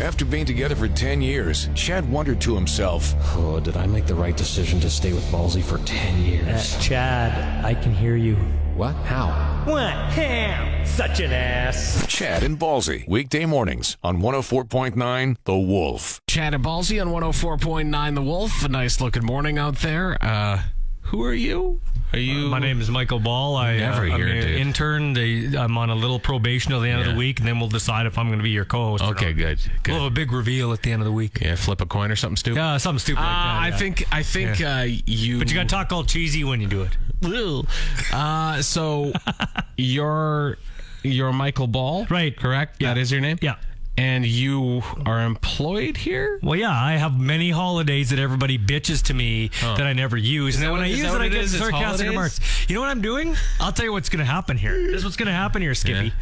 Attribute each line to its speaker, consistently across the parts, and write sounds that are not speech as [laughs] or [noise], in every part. Speaker 1: After being together for 10 years, Chad wondered to himself,
Speaker 2: Oh, did I make the right decision to stay with Ballsy for 10
Speaker 3: Uh,
Speaker 2: years?
Speaker 3: Chad, I can hear you.
Speaker 2: What? How?
Speaker 3: What? Ham! Such an ass!
Speaker 1: Chad and Ballsy, weekday mornings on 104.9 The Wolf.
Speaker 4: Chad and Ballsy on 104.9 The Wolf. A nice looking morning out there. Uh, who are you? Uh, Are you?
Speaker 3: My name is Michael Ball. I, uh,
Speaker 4: Never
Speaker 3: I'm
Speaker 4: hear it,
Speaker 3: an
Speaker 4: dude.
Speaker 3: intern. They, I'm on a little probation till the end of
Speaker 4: Yeah.
Speaker 3: the week, and then we'll decide if I'm going to be your co-host. or
Speaker 4: Okay,
Speaker 3: not.
Speaker 4: good.
Speaker 3: We'll have
Speaker 4: Good.
Speaker 3: a big reveal at the end of the week.
Speaker 4: Yeah, flip a coin or something stupid.
Speaker 3: Yeah, something stupid
Speaker 4: Uh,
Speaker 3: like that.
Speaker 4: I
Speaker 3: yeah.
Speaker 4: think I think
Speaker 3: Yeah.
Speaker 4: uh, you.
Speaker 3: But you got to talk all cheesy when you do it.
Speaker 4: Ew. Uh,
Speaker 3: [laughs]
Speaker 4: so you're you're Michael Ball,
Speaker 3: Right.
Speaker 4: Correct.
Speaker 3: Yeah.
Speaker 4: That is your name.
Speaker 3: Yeah.
Speaker 4: And you are employed here.
Speaker 3: Well, yeah, I have many holidays that everybody bitches to me that I never use. and then
Speaker 4: that
Speaker 3: when
Speaker 4: what-
Speaker 3: I
Speaker 4: is
Speaker 3: use
Speaker 4: that
Speaker 3: it,
Speaker 4: what
Speaker 3: I
Speaker 4: it
Speaker 3: get
Speaker 4: is? It's
Speaker 3: sarcastic
Speaker 4: holidays?
Speaker 3: remarks. You know what I'm doing? I'll tell you what's going to happen here. This is what's going to happen here, Skippy.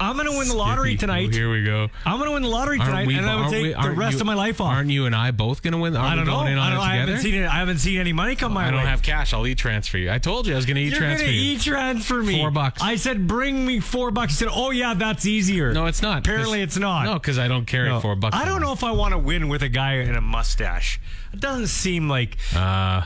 Speaker 3: I'm going to win the lottery
Speaker 4: Yippee.
Speaker 3: tonight.
Speaker 4: Oh, here we go.
Speaker 3: I'm going to win the lottery tonight, and I would
Speaker 4: aren't
Speaker 3: take
Speaker 4: we-
Speaker 3: the
Speaker 4: aren't
Speaker 3: rest
Speaker 4: you-
Speaker 3: of my life off.
Speaker 4: Aren't you and I both going to win? Aren't
Speaker 3: I don't
Speaker 4: we
Speaker 3: know.
Speaker 4: Going in on
Speaker 3: I, don't,
Speaker 4: it
Speaker 3: I haven't
Speaker 4: together?
Speaker 3: seen it. I haven't seen any money come my
Speaker 4: I
Speaker 3: way.
Speaker 4: don't have cash. I'll e-transfer you. I told you I was going to
Speaker 3: You're
Speaker 4: e-transfer
Speaker 3: gonna
Speaker 4: you.
Speaker 3: e-transfer me
Speaker 4: Four bucks.
Speaker 3: I said, bring me four bucks. You said, oh yeah, that's easier.
Speaker 4: no, it's not. 'cause-
Speaker 3: Apparently, it's not.
Speaker 4: No, because I don't carry
Speaker 3: No.
Speaker 4: four bucks.
Speaker 3: I don't know if I want to win with a guy in a mustache. It doesn't seem like.
Speaker 4: Uh,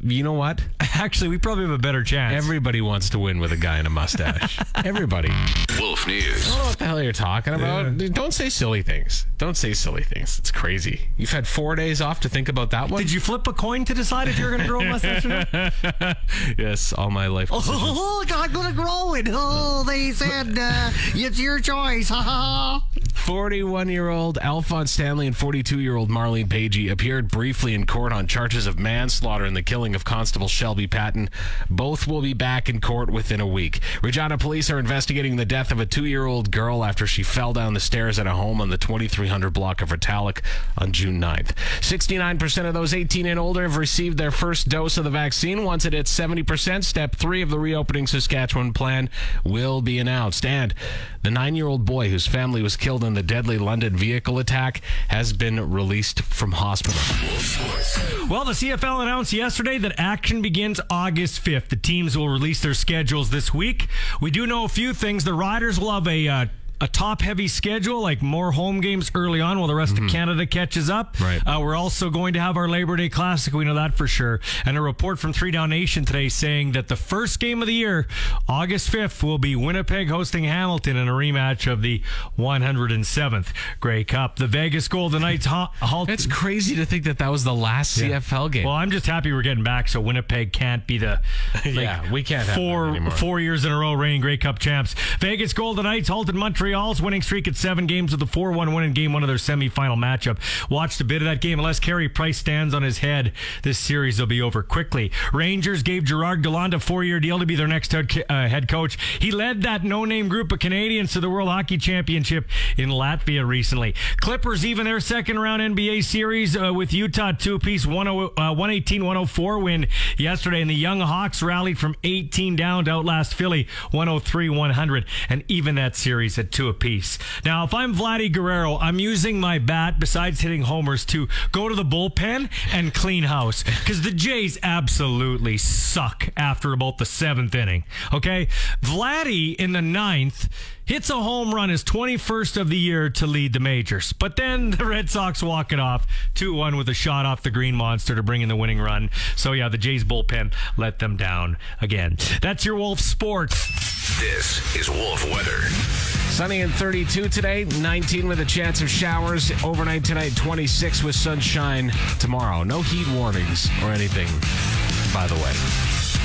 Speaker 4: you know what?
Speaker 3: [laughs] Actually, we probably have a better chance.
Speaker 4: Everybody wants to win with a guy in a
Speaker 3: [laughs]
Speaker 4: mustache. Everybody.
Speaker 1: Wolf
Speaker 4: I
Speaker 1: News.
Speaker 4: don't know what the hell you're talking about. Dude, Don't say silly things. Don't say silly things. It's crazy. You've had four days off to think about that one.
Speaker 3: Did you flip a coin to decide if you're going to grow a mustache or not?
Speaker 4: [laughs] yes, all my life.
Speaker 5: [laughs]
Speaker 4: decisions.
Speaker 5: Oh, I'm gonna grow it. Oh, they said uh, it's your choice. Ha ha.
Speaker 4: 41 year old Alphonse Stanley and 42 year old Marlene Pagey appeared briefly in court on charges of manslaughter in the killing of Constable Shelby Patton. Both will be back in court within a week. Regina police are investigating the death of a two year old girl after she fell down the stairs at a home on the 2300 block of Retallick on June 9th. 69% of those 18 and older have received their first dose of the vaccine. Once it hits 70%, step three of the reopening Saskatchewan plan will be announced. And the nine year old boy whose family was killed in the deadly London vehicle attack has been released from hospital.
Speaker 3: Well, the CFL announced yesterday that action begins August 5th. The teams will release their schedules this week. We do know a few things. The Riders will have a. Uh, a top-heavy schedule, like more home games early on, while the rest of Canada catches up.
Speaker 4: Mm-hmm. Right.
Speaker 3: Uh, we're also going to have our Labor Day Classic. We know that for sure. And a report from Three Down Nation today saying that the first game of the year, August 5th, will be Winnipeg hosting Hamilton in a rematch of the 107th Grey Cup. The Vegas Golden Knights ha- halt.
Speaker 4: It's crazy to think that that was the last CFL game.
Speaker 3: Well, I'm just happy we're getting back, so Winnipeg can't
Speaker 4: [laughs]
Speaker 3: be the like,
Speaker 4: Yeah, we can't have that
Speaker 3: four
Speaker 4: anymore.
Speaker 3: four years in a row reigning Grey Cup champs. Vegas Golden Knights halted Montreal's winning streak at seven games with a four one win in game one of their semifinal matchup. Watched a bit of that game. Unless Carey Price stands on his head, this series will be over quickly. Rangers gave Gerard Gallant a four year deal to be their next head, uh, head coach. He led that no name group of Canadians to the World Hockey Championship in Latvia recently. Clippers even their second round NBA series uh, with Utah oh, two piece uh, 118 104 win yesterday, and the Young Hawks rallied from 18 down to outlast Philly 103 100, and even that series at two apiece. Now, if I'm Vladdy Guerrero, I'm using my bat besides hitting homers to go to the bullpen and clean house because the Jays absolutely suck after about the seventh inning. Okay, Vladdy in the ninth hits a home run his 21st of the year to lead the majors. But then the Red Sox walk it off 2 1 with a shot off the Green Monster to bring in the winning run. So, yeah, the Jays bullpen let them down again. That's your Wolf Sports.
Speaker 6: This is Wolf Weather.
Speaker 4: Sunny and 32 today, 19 with a chance of showers. Overnight tonight, 26 with sunshine tomorrow. No heat warnings or anything, by the way.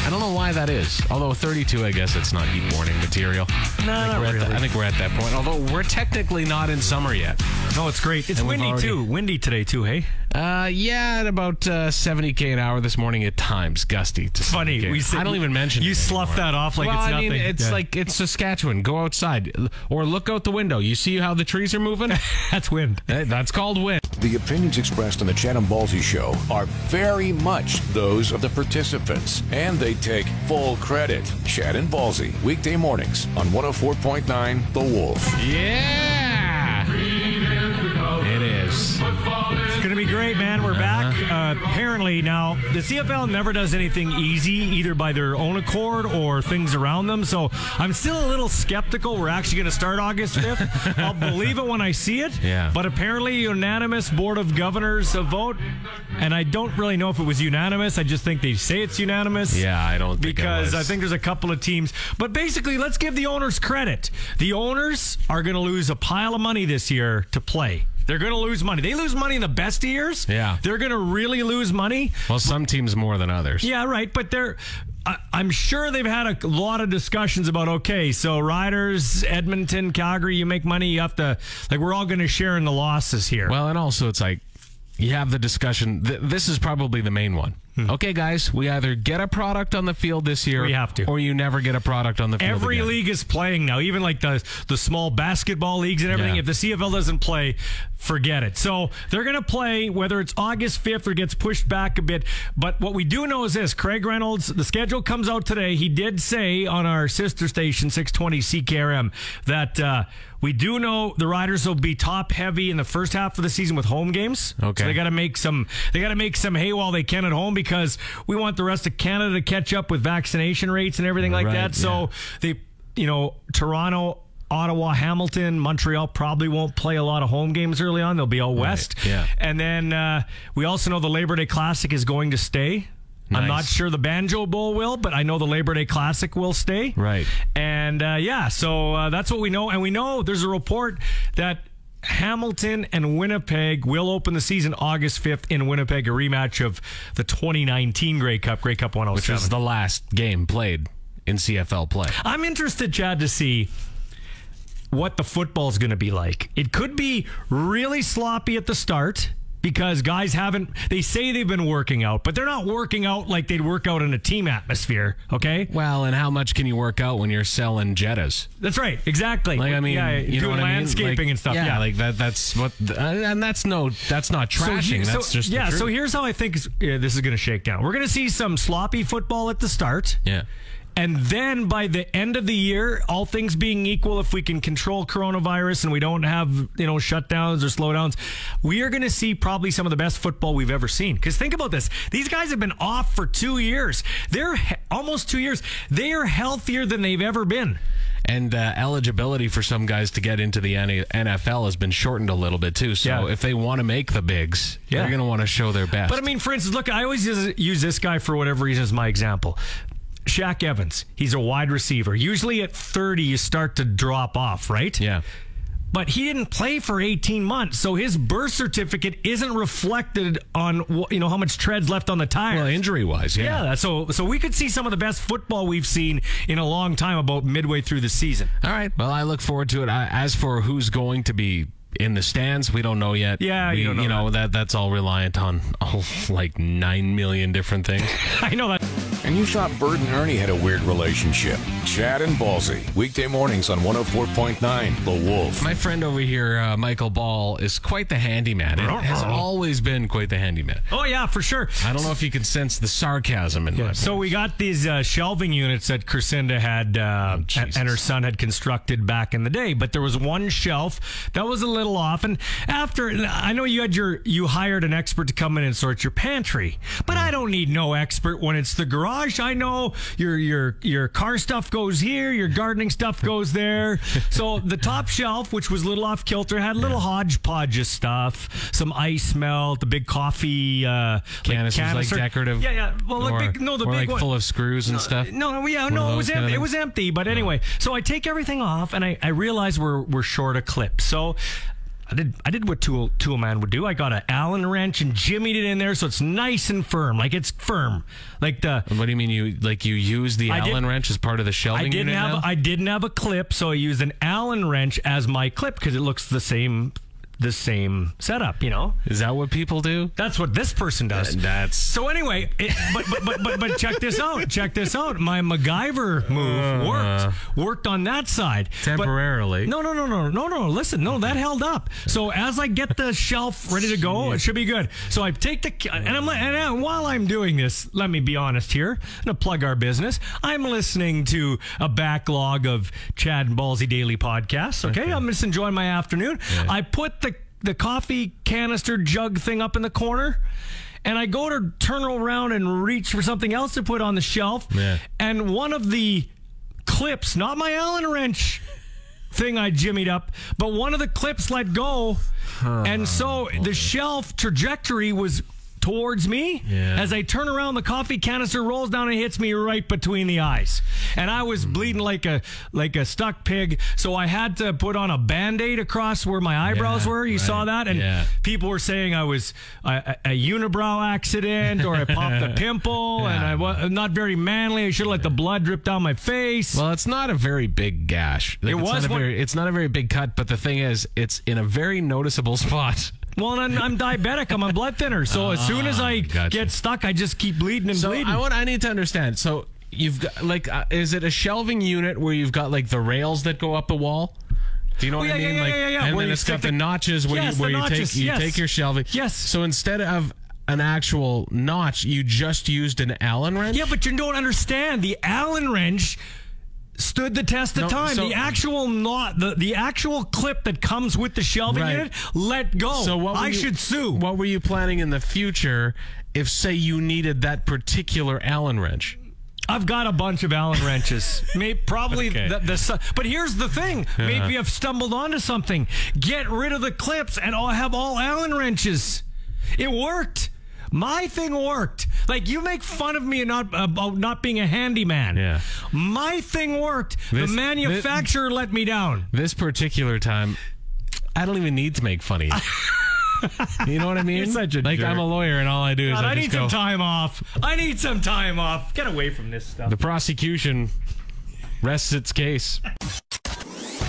Speaker 4: I don't know why that is. Although 32, I guess it's not heat warning material.
Speaker 3: No,
Speaker 4: I think,
Speaker 3: not
Speaker 4: we're at the-
Speaker 3: really.
Speaker 4: I think we're at that point. Although we're technically not in summer yet.
Speaker 3: No, it's great. It's
Speaker 4: And we've
Speaker 3: windy,
Speaker 4: already-
Speaker 3: too. Windy today, too, hey?
Speaker 4: Uh, yeah, at about uh, 70k an hour this morning at times, gusty. To
Speaker 3: Funny,
Speaker 4: 70K.
Speaker 3: we say-
Speaker 4: I don't even mention.
Speaker 3: you
Speaker 4: it
Speaker 3: slough
Speaker 4: anymore.
Speaker 3: that off like
Speaker 4: well,
Speaker 3: it's
Speaker 4: I mean,
Speaker 3: nothing.
Speaker 4: it's
Speaker 3: Yeah.
Speaker 4: like it's Saskatchewan. Go outside L- or look out the window. You see how the trees are moving?
Speaker 3: [laughs] That's wind.
Speaker 4: Hey, That's called wind.
Speaker 1: The opinions expressed on the Chatham Ballsy Show are very much those of the participants, and they take full credit. Chad and Ballsy, weekday mornings on 104.9 The Wolf.
Speaker 4: Yeah, it is.
Speaker 3: It's going to be great, man.
Speaker 4: Uh-huh.
Speaker 3: We're back. Uh, apparently, now the CFL never does anything easy, either by their own accord or things around them. So I'm still a little skeptical. We're actually going to start August
Speaker 4: [laughs]
Speaker 3: 5th. I'll believe it when I see it.
Speaker 4: Yeah.
Speaker 3: But apparently, unanimous Board of Governors a vote. And I don't really know if it was unanimous. I just think they say it's unanimous
Speaker 4: Yeah, I don't think it
Speaker 3: because
Speaker 4: was.
Speaker 3: I think there's a couple of teams. But basically, let's give the owners credit. The owners are going to lose a pile of money this year to play. They're going to lose money. They lose money in the best years.
Speaker 4: Yeah.
Speaker 3: They're going to really lose money.
Speaker 4: Well, some teams more than others.
Speaker 3: Yeah, right. But they're. I, I'm sure they've had a lot of discussions about okay, so Riders, Edmonton, Calgary, you make money, you have to like we're all going to share in the losses here.
Speaker 4: Well, and also it's like you have the discussion. Th- this is probably the main one. Okay, guys, we either get a product on the field this year,
Speaker 3: Hmm. We have to.
Speaker 4: or you never get a product on the field.
Speaker 3: Every
Speaker 4: again.
Speaker 3: league is playing now, even like the the small basketball leagues and everything.
Speaker 4: Yeah.
Speaker 3: If the CFL doesn't play, forget it. So they're going to play whether it's August 5th or gets pushed back a bit. But what we do know is this: Craig Reynolds, the schedule comes out today. He did say on our sister station 620 CKRM that uh, we do know the Riders will be top heavy in the first half of the season with home games.
Speaker 4: Okay.
Speaker 3: so they got to make some they got to make some hay while they can at home because we want the rest of Canada to catch up with vaccination rates and everything like
Speaker 4: Right,
Speaker 3: that. So they, you know, Toronto, Ottawa, Hamilton, Montreal probably won't play a lot of home games early on. They'll be out west.
Speaker 4: yeah.
Speaker 3: And then uh, we also know the Labor Day Classic is going to stay. I'm
Speaker 4: Nice.
Speaker 3: not sure the Banjo Bowl will, but I know the Labor Day Classic will stay.
Speaker 4: Right.
Speaker 3: And uh, yeah, so uh, that's what we know. And we know there's a report that Hamilton and Winnipeg will open the season August 5th in Winnipeg, a rematch of the 2019 Grey Cup, Grey Cup 107.
Speaker 4: which was the last game played in CFL play.
Speaker 3: I'm interested, Chad, to see what the football's going to be like. It could be really sloppy at the start because guys haven't they say they've been working out but they're not working out like they'd work out in a team atmosphere okay
Speaker 4: Well, and how much can you work out when you're selling Jettas?
Speaker 3: that's right exactly
Speaker 4: Like I mean,
Speaker 3: yeah,
Speaker 4: you know
Speaker 3: doing
Speaker 4: what I mean?
Speaker 3: landscaping
Speaker 4: Like,
Speaker 3: and stuff yeah,
Speaker 4: like that. That's what, uh, and that's no, that's not trashing.
Speaker 3: he-
Speaker 4: that's just the
Speaker 3: yeah. So
Speaker 4: truth.
Speaker 3: here's how I think yeah, this is going to shake down. We're going to see some sloppy football at the start.
Speaker 4: yeah.
Speaker 3: And then by the end of the year, all things being equal, if we can control coronavirus and we don't have, you know, shutdowns or slowdowns, we are going to see probably some of the best football we've ever seen. Because think about this these guys have been off for two years. They're he- almost two years. They are healthier than they've ever been.
Speaker 4: And uh, eligibility for some guys to get into the NA NFL has been shortened a little bit too. So
Speaker 3: Yeah.
Speaker 4: if they want to make the bigs,
Speaker 3: Yeah.
Speaker 4: they're going to want to show their best.
Speaker 3: But I mean, for instance, look, I always use, use this guy for whatever reason as my example. Shaq Evans, he's a wide receiver. Usually at 30, you start to drop off, right?
Speaker 4: yeah,
Speaker 3: but he didn't play for 18 months, so his birth certificate isn't reflected on wh- you know how much treads left on the tire.
Speaker 4: well, injury wise, yeah.
Speaker 3: yeah, that's- so so we could see some of the best football we've seen in a long time about midway through the season. [laughs]
Speaker 4: All right. Well, I look forward to it. I, as for who's going to be in the stands, we don't know yet.
Speaker 3: Yeah, you
Speaker 4: we,
Speaker 3: don't know
Speaker 4: that. that's all reliant on [laughs] all like nine million different things.
Speaker 3: I know that.
Speaker 1: And you thought Bird and Ernie had a weird relationship. Chad and Ballsy, weekday mornings on 104.9 The Wolf.
Speaker 4: My friend over here, uh, Michael Ball, is quite the handyman. It has
Speaker 3: Uh-huh.
Speaker 4: always been quite the handyman.
Speaker 3: Oh yeah, for sure.
Speaker 4: I don't know if you can sense the sarcasm in my.
Speaker 3: So we got these uh, shelving units that Crescenda had uh,
Speaker 4: Oh, Jesus.
Speaker 3: and her son had constructed back in the day, but there was one shelf that was a little off. And after, I know you had your you hired an expert to come in and sort your
Speaker 4: Mm.
Speaker 3: pantry, but I don't need no expert when it's the garage. I know your your your car stuff goes here, your
Speaker 4: [laughs]
Speaker 3: gardening stuff goes there. So the top shelf, which was a little off kilter, had a little hodgepodge of stuff, some ice melt, the big coffee uh,
Speaker 4: Canisters, like,
Speaker 3: canister.
Speaker 4: decorative.
Speaker 3: Yeah, yeah. Well,
Speaker 4: or,
Speaker 3: the big, no, the
Speaker 4: or
Speaker 3: big
Speaker 4: like
Speaker 3: one.
Speaker 4: full of screws and stuff.
Speaker 3: No, no, yeah,
Speaker 4: One of
Speaker 3: no, it
Speaker 4: those
Speaker 3: was
Speaker 4: kinda
Speaker 3: empty. It
Speaker 4: things?
Speaker 3: was empty. But anyway, so I take everything off, and I, I realize we're we're short a clip. So. I did, I did what Tool, Tool Man would do. I got an Allen wrench and jimmied it in there so it's nice and firm. Like it's firm. Like the
Speaker 4: What do you mean you like you use the
Speaker 3: I did-
Speaker 4: Allen wrench as part of the shelving
Speaker 3: I didn't
Speaker 4: unit
Speaker 3: have
Speaker 4: now?
Speaker 3: I didn't have a clip, so I used an Allen wrench as my clip because it looks the same the same setup, you know.
Speaker 4: Is that what people do?
Speaker 3: That's what this person does.
Speaker 4: Uh, that's-
Speaker 3: so anyway. It, but, but but but but check this out. Check this out. My MacGyver move worked. Worked on that side But-
Speaker 4: Uh-huh. Temporarily.
Speaker 3: no no no no no no. Listen, no, that held up. So as I get the shelf ready to go, it should be good. So I take the and I'm like, and uh, while I'm doing this, let me be honest here. I'm gonna plug our business. I'm listening to a backlog of Chad and Ballsy daily podcasts. Okay, I'm just enjoying my afternoon. I put the the coffee canister jug thing up in the corner. And I go to turn around and reach for something else to put on the shelf.
Speaker 4: Yeah.
Speaker 3: And one of the clips, not my Allen wrench thing I jimmied up, but one of the clips let go. And so the shelf trajectory was towards me.
Speaker 4: Yeah.
Speaker 3: As I turn around, the coffee canister rolls down and hits me right between the eyes. And I was
Speaker 4: Hmm.
Speaker 3: bleeding like a like a stuck pig. So I had to put on a band-aid across where my eyebrows
Speaker 4: Yeah,
Speaker 3: were. You saw
Speaker 4: right.
Speaker 3: that? And
Speaker 4: Yeah.
Speaker 3: people were saying I was a, a a unibrow accident or I
Speaker 4: [laughs]
Speaker 3: popped a pimple and I was not very manly. I should have let the blood drip down my face.
Speaker 4: Well, it's not a very big gash. Like,
Speaker 3: It
Speaker 4: it's
Speaker 3: was
Speaker 4: Not a
Speaker 3: one-
Speaker 4: very, it's not a very big cut, but the thing is, it's in a very noticeable [laughs] spot.
Speaker 3: Well, and I'm, I'm diabetic. I'm on blood thinner. So as soon as I
Speaker 4: gotcha.
Speaker 3: get stuck, I just keep bleeding and
Speaker 4: So
Speaker 3: bleeding.
Speaker 4: I want. I need to understand. So you've got like, uh, is it a shelving unit where you've got like the rails that go up the wall? Do you know
Speaker 3: Oh,
Speaker 4: what I
Speaker 3: yeah, yeah,
Speaker 4: mean?
Speaker 3: yeah,
Speaker 4: like,
Speaker 3: yeah, yeah,
Speaker 4: and
Speaker 3: where
Speaker 4: then
Speaker 3: you
Speaker 4: it's
Speaker 3: stick
Speaker 4: got the,
Speaker 3: the-
Speaker 4: notches where
Speaker 3: Yes,
Speaker 4: you
Speaker 3: the
Speaker 4: where you
Speaker 3: notches,
Speaker 4: take you
Speaker 3: yes.
Speaker 4: take your shelving.
Speaker 3: Yes.
Speaker 4: So instead of an actual notch, you just used an Allen wrench.
Speaker 3: yeah, but you don't understand. The Allen wrench stood the test of
Speaker 4: No,
Speaker 3: time.
Speaker 4: so-
Speaker 3: the actual not the, the actual clip that comes with the shelving
Speaker 4: Right.
Speaker 3: unit let go.
Speaker 4: So what were
Speaker 3: I
Speaker 4: you-
Speaker 3: should sue.
Speaker 4: What were you planning in the future if, say, you needed that particular Allen wrench?
Speaker 3: I've got a bunch of
Speaker 4: [laughs]
Speaker 3: Allen wrenches. Maybe probably
Speaker 4: Okay.
Speaker 3: the, the su- but here's the thing. Maybe I've stumbled onto something. Get rid of the clips and I'll have all Allen wrenches. It worked. My thing worked. Like you make fun of me and not uh, about not being a handyman.
Speaker 4: Yeah.
Speaker 3: My thing worked.
Speaker 4: This-
Speaker 3: the manufacturer let me down.
Speaker 4: This particular time, I don't even need to make fun of
Speaker 3: [laughs]
Speaker 4: you. you know what I mean?
Speaker 3: You're such a
Speaker 4: like
Speaker 3: jerk.
Speaker 4: I'm a lawyer, and all I do is
Speaker 3: God,
Speaker 4: I,
Speaker 3: I
Speaker 4: just
Speaker 3: need
Speaker 4: go.
Speaker 3: some time off. I need some time off. Get away from this stuff.
Speaker 4: The prosecution rests its case.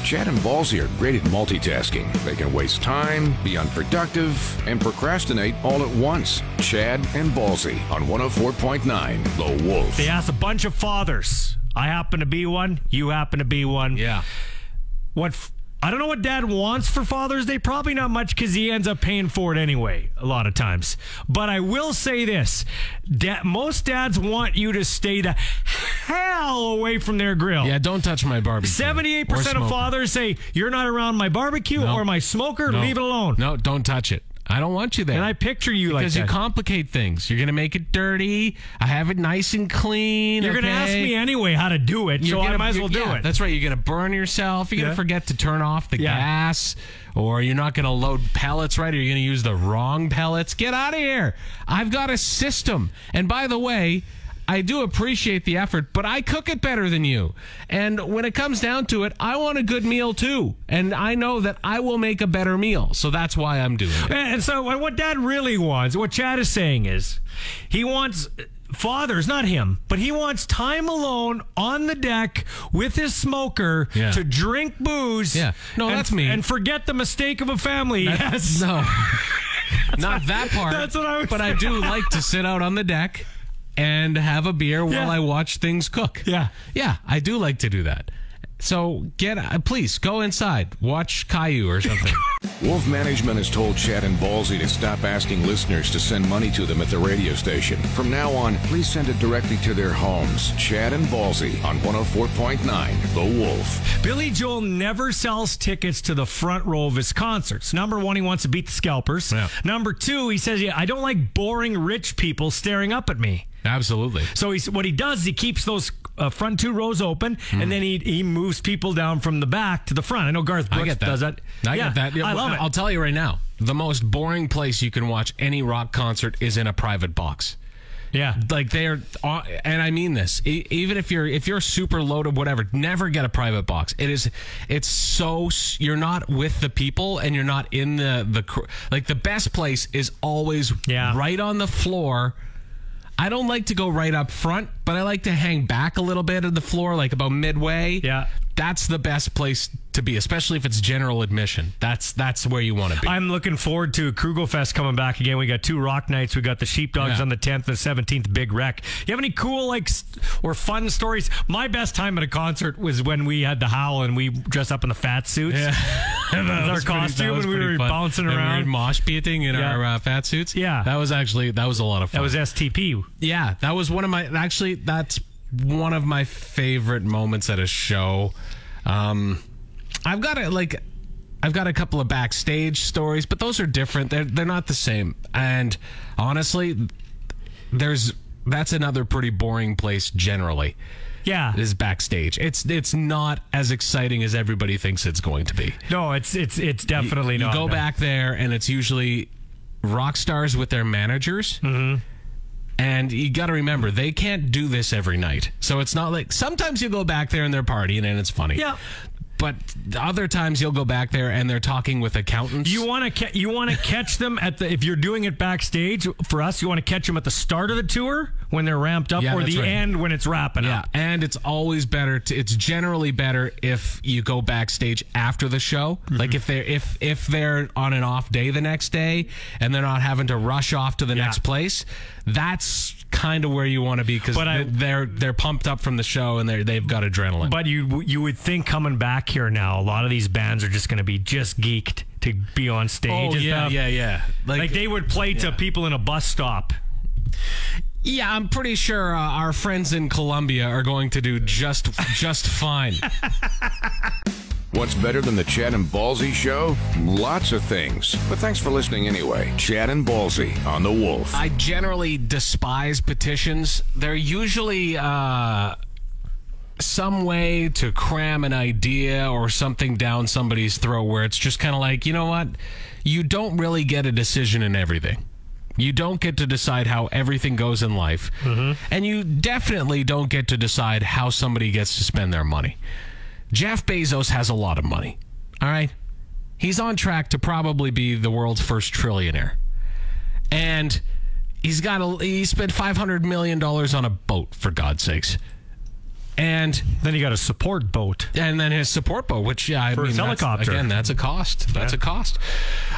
Speaker 1: Chad and Ballsy are great at multitasking. They can waste time, be unproductive, and procrastinate all at once. Chad and Ballsy on 104.9 The Wolf.
Speaker 3: They asked a bunch of fathers. I happen to be one. You happen to be one.
Speaker 4: Yeah.
Speaker 3: what f- I don't know what dad wants for Father's Day. Probably not much because he ends up paying for it anyway, a lot of times. But I will say this da- most dads want you to stay the hell away from their grill.
Speaker 4: Yeah. Don't touch my barbecue. Or
Speaker 3: 78%
Speaker 4: smoker.
Speaker 3: of fathers say, You're not around my barbecue
Speaker 4: No.
Speaker 3: or my smoker,
Speaker 4: No.
Speaker 3: leave it alone.
Speaker 4: No, don't touch it. I don't want you there.
Speaker 3: And I picture you
Speaker 4: because
Speaker 3: like
Speaker 4: you
Speaker 3: that.
Speaker 4: complicate things. You're gonna make it dirty. I have it nice and clean.
Speaker 3: You're going to ask
Speaker 4: okay?
Speaker 3: me anyway how to do it, so
Speaker 4: You're
Speaker 3: I
Speaker 4: gonna-
Speaker 3: might as well do
Speaker 4: you're- yeah,
Speaker 3: it.
Speaker 4: That's right. You're going to burn yourself. You're going
Speaker 3: Yeah.
Speaker 4: to forget to turn off the
Speaker 3: Yeah.
Speaker 4: gas, or you're not going to load pellets right, or you're going to use the wrong pellets. Get out of here. I've got a system. And by the way, I do appreciate the effort, but I cook it better than you. And when it comes down to it, I want a good meal too. And I know that I will make a better meal. So that's why I'm doing it.
Speaker 3: And so, what what Dad really wants, what Chad is saying is, he wants fathers, not him, but he wants time alone on the deck with his smoker
Speaker 4: Yeah.
Speaker 3: to drink booze.
Speaker 4: Yeah. No,
Speaker 3: and,
Speaker 4: that's me.
Speaker 3: And forget the mistake of a family. yes.
Speaker 4: No. Not that part.
Speaker 3: [laughs] That's what I was-
Speaker 4: But I do like to sit out on the deck and have a beer while
Speaker 3: Yeah.
Speaker 4: I watch things cook.
Speaker 3: Yeah.
Speaker 4: Yeah, I do like to do that. So get uh, please go inside, watch Caillou or
Speaker 3: [laughs]
Speaker 4: something.
Speaker 1: Wolf Management has told Chad and Ballsy to stop asking listeners to send money to them at the radio station. From now on, please send it directly to their homes. Chad and Ballsy on 104.9 The Wolf.
Speaker 3: Billy Joel never sells tickets to the front row of his concerts. Number one, he wants to beat the scalpers.
Speaker 4: Yeah.
Speaker 3: Number two, he says, yeah, I don't like boring rich people staring up at me.
Speaker 4: Absolutely.
Speaker 3: So he's what he does is he keeps those uh, front two rows open,
Speaker 4: Hmm.
Speaker 3: and then he he moves people down from the back to the front. I know Garth Brooks
Speaker 4: I get that.
Speaker 3: does that.
Speaker 4: I
Speaker 3: Yeah,
Speaker 4: get that. Yeah,
Speaker 3: I
Speaker 4: well,
Speaker 3: love it.
Speaker 4: I'll tell you right now, the most boring place you can watch any rock concert is in a private box.
Speaker 3: yeah,
Speaker 4: Like they are, uh, and I mean this. E- Even if you're if you're super loaded, whatever, never get a private box. It is, it's so s- you're not with the people and you're not in the the cr- like the best place is always
Speaker 3: Yeah.
Speaker 4: right on the floor. I don't like to go right up front, but I like to hang back a little bit of the floor, like about midway.
Speaker 3: Yeah.
Speaker 4: That's the best place to be, especially if it's general admission. That's that's where you want to be.
Speaker 3: I'm looking forward to Krugelfest coming back again. We got two rock nights. We got the Sheepdogs
Speaker 4: Yeah.
Speaker 3: on the 10th and the 17th. Big wreck. You have any cool like s- or fun stories? My best time at a concert was when we had the howl and we dressed up in the fat suits. [laughs]
Speaker 4: That
Speaker 3: With our
Speaker 4: was pretty- that
Speaker 3: costume
Speaker 4: was
Speaker 3: and we
Speaker 4: pretty
Speaker 3: were
Speaker 4: fun.
Speaker 3: bouncing
Speaker 4: And we were
Speaker 3: around.
Speaker 4: mosh pitting in
Speaker 3: Yeah.
Speaker 4: our uh, fat suits.
Speaker 3: Yeah.
Speaker 4: that was actually that was a lot of fun.
Speaker 3: That was STP.
Speaker 4: yeah, that was one of my actually that's one of my favorite moments at a show. Um, I've got a like I've got a couple of backstage stories, but those are different. They're they're not the same. And honestly, there's that's another pretty boring place generally
Speaker 3: Yeah.
Speaker 4: is backstage. It's it's not as exciting as everybody thinks it's going to be.
Speaker 3: No, it's it's it's definitely
Speaker 4: You
Speaker 3: not.
Speaker 4: go
Speaker 3: no.
Speaker 4: back there, and it's usually rock stars with their managers. Mm-hmm. And you got to remember, they can't do this every night. So it's not like sometimes you go back there and they're partying and it's funny.
Speaker 3: Yeah.
Speaker 4: But other times you'll go back there and they're talking with accountants.
Speaker 3: You want to ca- you want to catch them at the if you're doing it backstage for us. You want to catch them at the start of the tour when they're ramped up,
Speaker 4: Yeah,
Speaker 3: or
Speaker 4: that's
Speaker 3: the
Speaker 4: right.
Speaker 3: end when it's wrapping
Speaker 4: yeah,
Speaker 3: up.
Speaker 4: and it's always better. To, it's generally better if you go backstage after the show.
Speaker 3: Mm-hmm.
Speaker 4: Like if they're if if they're on an off day the next day and they're not having to rush off to the next place. That's kind of where you want to be because
Speaker 3: But I-
Speaker 4: they're they're pumped up from the show and they they've got adrenaline.
Speaker 3: But you you would think coming back here now, a lot of these bands are just going to be just geeked to be on stage.
Speaker 4: oh
Speaker 3: and
Speaker 4: yeah,
Speaker 3: stuff.
Speaker 4: yeah, yeah.
Speaker 3: Like, they would play to people in a bus stop.
Speaker 4: Yeah, I'm pretty sure uh, our friends in Colombia are going to do just just fine.
Speaker 1: What's better than the Chad and Ballsy show? Lots of things. But thanks for listening anyway. Chad and Ballsy on The Wolf.
Speaker 4: I generally despise petitions. They're usually uh, some way to cram an idea or something down somebody's throat where it's just kind of like, you know what? You don't really get a decision in everything. You don't get to decide how everything goes in life. And you definitely don't get to decide how somebody gets to spend their money. Jeff Bezos has a lot of money. All right. He's on track to probably be the world's first trillionaire and he's got a he spent 500 million dollars on a boat for god's sakes and
Speaker 3: Then you got a support boat.
Speaker 4: and then his support boat which yeah, i
Speaker 3: For
Speaker 4: mean
Speaker 3: his
Speaker 4: that's-
Speaker 3: helicopter.
Speaker 4: again that's a cost that's a cost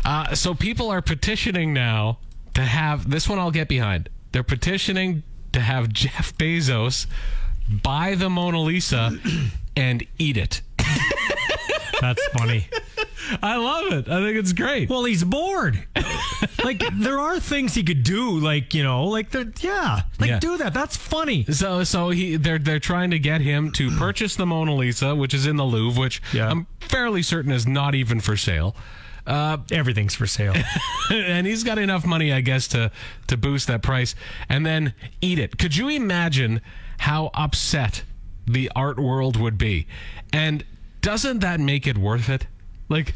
Speaker 4: uh, so people are petitioning now to have this one i'll get behind they're petitioning to have jeff bezos buy the mona lisa [clears throat] and eat it
Speaker 3: That's funny.
Speaker 4: [laughs] i love it i think it's great
Speaker 3: well, he's bored. [laughs] like there are things he could do. Like you know, like there- yeah, like
Speaker 4: Yeah.
Speaker 3: do that. That's funny.
Speaker 4: [laughs] So so he they're they're trying to get him to purchase the Mona Lisa, which is in the Louvre, which
Speaker 3: Yeah.
Speaker 4: I'm fairly certain is not even for sale. Uh,
Speaker 3: Everything's for sale.
Speaker 4: [laughs] and he's got enough money, I guess, to to boost that price and then eat it. Could you imagine how upset the art world would be? And doesn't that make it worth it? Like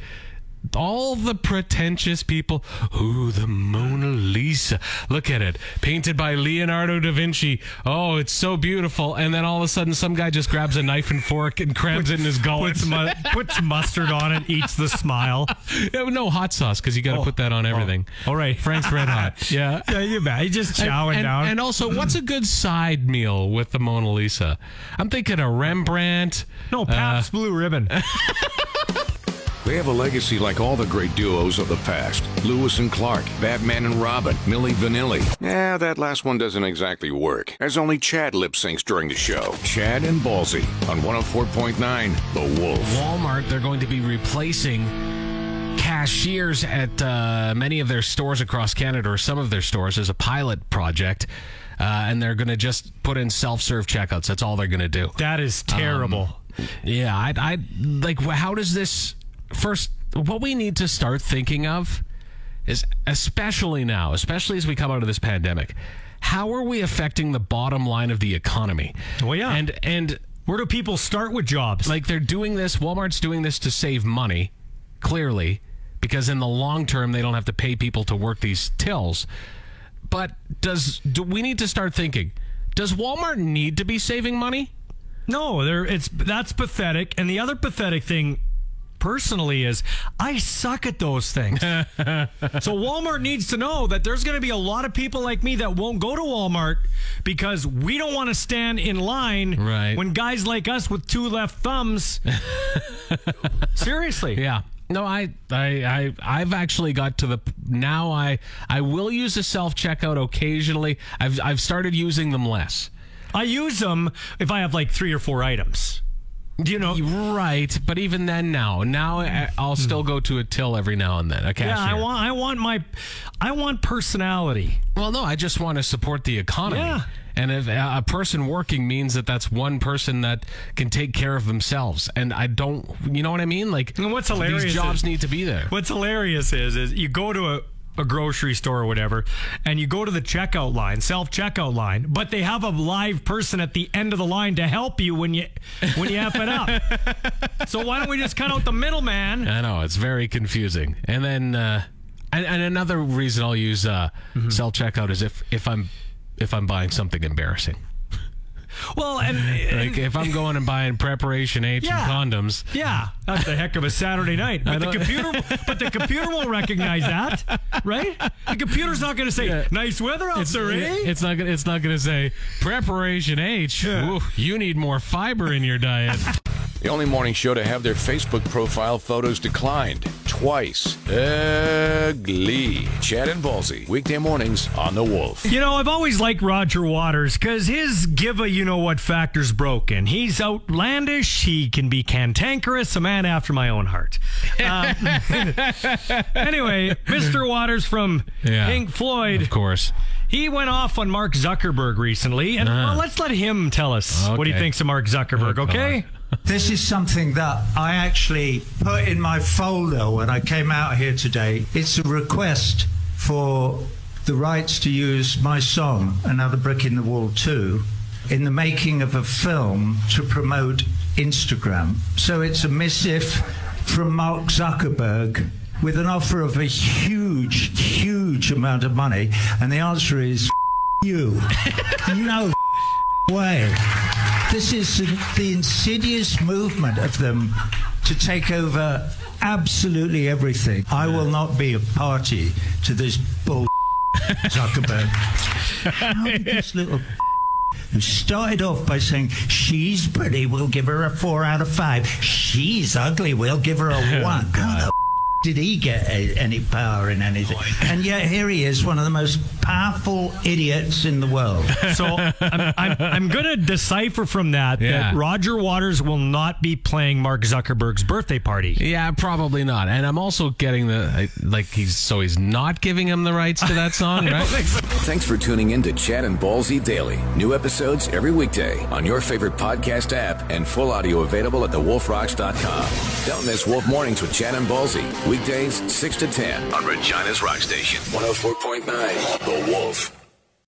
Speaker 4: all the pretentious people, ooh, the Mona Lisa. Look at it, painted by Leonardo da Vinci. Oh, it's so beautiful. And then all of a sudden, some guy just grabs a knife and fork and crams it in his gullet. [laughs]
Speaker 3: puts, mu- puts mustard on it, eats the smile.
Speaker 4: Yeah, no hot sauce because you got to put that on everything.
Speaker 3: All right,
Speaker 4: Frank's Red Hot. Yeah.
Speaker 3: Oh. [laughs] Yeah, you bet. He's just chowing
Speaker 4: and,
Speaker 3: down.
Speaker 4: and also, what's a good side meal with the Mona Lisa? I'm thinking a Rembrandt. uh,
Speaker 3: no, Pabst Blue Ribbon.
Speaker 1: They have a legacy like all the great duos of the past Lewis and Clark, Batman and Robin, Millie Vanilli. Yeah, that last one doesn't exactly work, as only Chad lip syncs during the show. Chad and Ballsy on 104.9 The Wolf.
Speaker 4: Walmart, they're going to be replacing cashiers at uh, many of their stores across Canada or some of their stores as a pilot project. Uh, and they're going to just put in self serve checkouts. That's all they're going to do.
Speaker 3: that is terrible.
Speaker 4: Yeah, I, I like. wh- How does this first? What we need to start thinking of is, especially now, especially as we come out of this pandemic, how are we affecting the bottom line of the economy?
Speaker 3: Well, yeah.
Speaker 4: And and
Speaker 3: Where do people start with jobs?
Speaker 4: like they're doing this walmart's doing this to save money clearly because in the long term they don't have to pay people to work these tills but does do we need to start thinking does walmart need to be saving money
Speaker 3: No, there it's that's pathetic. And the other pathetic thing personally is I suck at those
Speaker 4: [laughs]
Speaker 3: things. so Walmart needs to know that there's going to be a lot of people like me that won't go to Walmart because we don't want to stand in line
Speaker 4: Right.
Speaker 3: when guys like us with two left
Speaker 4: [laughs]
Speaker 3: thumbs Seriously.
Speaker 4: yeah no i i, I i've actually got to the now i i will use a self checkout occasionally i've i've started using them less
Speaker 3: I use them if I have like 3 or 4 items. You know,
Speaker 4: right but even then now now I- i'll still go to a till every now and then a cashier
Speaker 3: Hmm. yeah, I want I want my I want personality.
Speaker 4: Well, no, I just want to support the economy.
Speaker 3: Yeah.
Speaker 4: And if a a person working means that that's one person that can take care of themselves, and I don't, you know what I mean? Like,
Speaker 3: And what's hilarious
Speaker 4: These
Speaker 3: is-
Speaker 4: jobs need to be there.
Speaker 3: What's hilarious is is you go to a, a grocery store or whatever, and you go to the checkout line, self checkout line, but they have a live person at the end of the line to help you when you when you f it up.
Speaker 4: [laughs]
Speaker 3: So why don't we just cut out the middleman?
Speaker 4: I know it's very confusing. And then, uh, and, and another reason I'll use uh,
Speaker 3: Mm-hmm.
Speaker 4: self checkout is if if I'm if I'm buying something embarrassing,
Speaker 3: Well, and, and-
Speaker 4: like if I'm going and buying preparation H
Speaker 3: Yeah.
Speaker 4: and condoms.
Speaker 3: yeah, that's a heck of a Saturday night. But the
Speaker 4: don't-
Speaker 3: computer, but the computer won't recognize that, right? The computer's not going to say "nice weather out there, eh?"
Speaker 4: It's not. gonna- It's not going to say preparation H. Ooh, you need more fiber in your
Speaker 3: [laughs]
Speaker 4: diet.
Speaker 1: The only morning show to have their Facebook profile photos declined twice. Ugly. Chad and Ballsy, weekday mornings on The Wolf.
Speaker 3: You know, I've always liked Roger Waters because his give a you know what factor's broken. He's outlandish. He can be cantankerous, a man after my own heart. Um, [laughs] anyway, Mr. Waters from
Speaker 4: Yeah.
Speaker 3: Pink Floyd,
Speaker 4: Of course.
Speaker 3: he went off on Mark Zuckerberg recently. And well, let's let him tell us what he
Speaker 4: Ah. Okay.
Speaker 3: thinks of Mark Zuckerberg,
Speaker 4: Oh, God.
Speaker 3: okay?
Speaker 7: This is something that I actually put in my folder when I came out here today. It's a request for the rights to use my song, Another Brick in the Wall 2, in the making of a film to promote Instagram. So it's a missive from Mark Zuckerberg with an offer of a huge, huge amount of money. And the answer is "F- you. [laughs] no way. This is the insidious movement of them to take over absolutely everything. I will not be a party to this bull Zuckerberg. How did this little who started off by saying, She's pretty, we'll give her a four out of five. She's ugly, we'll give her a one. How the did he get a, any power in anything? And yet here he is, one of the most powerful idiots in the world.
Speaker 3: So I'm, I'm, I'm going to decipher from that
Speaker 4: Yeah.
Speaker 3: that Roger Waters will not be playing Mark Zuckerberg's birthday party.
Speaker 4: Yeah, probably not. And I'm also getting the I- like he's so he's not giving him the rights to that
Speaker 3: [laughs]
Speaker 4: song, right?
Speaker 1: Thanks for tuning in to Chad and Ballsy Daily. New episodes every weekday on your favorite podcast app and full audio available at thewolfrocks.com. Don't miss Wolf Mornings with Chad and Ballsy. Weekdays 6 to 10
Speaker 6: on Regina's Rock Station.
Speaker 1: 104.9 The Wolf.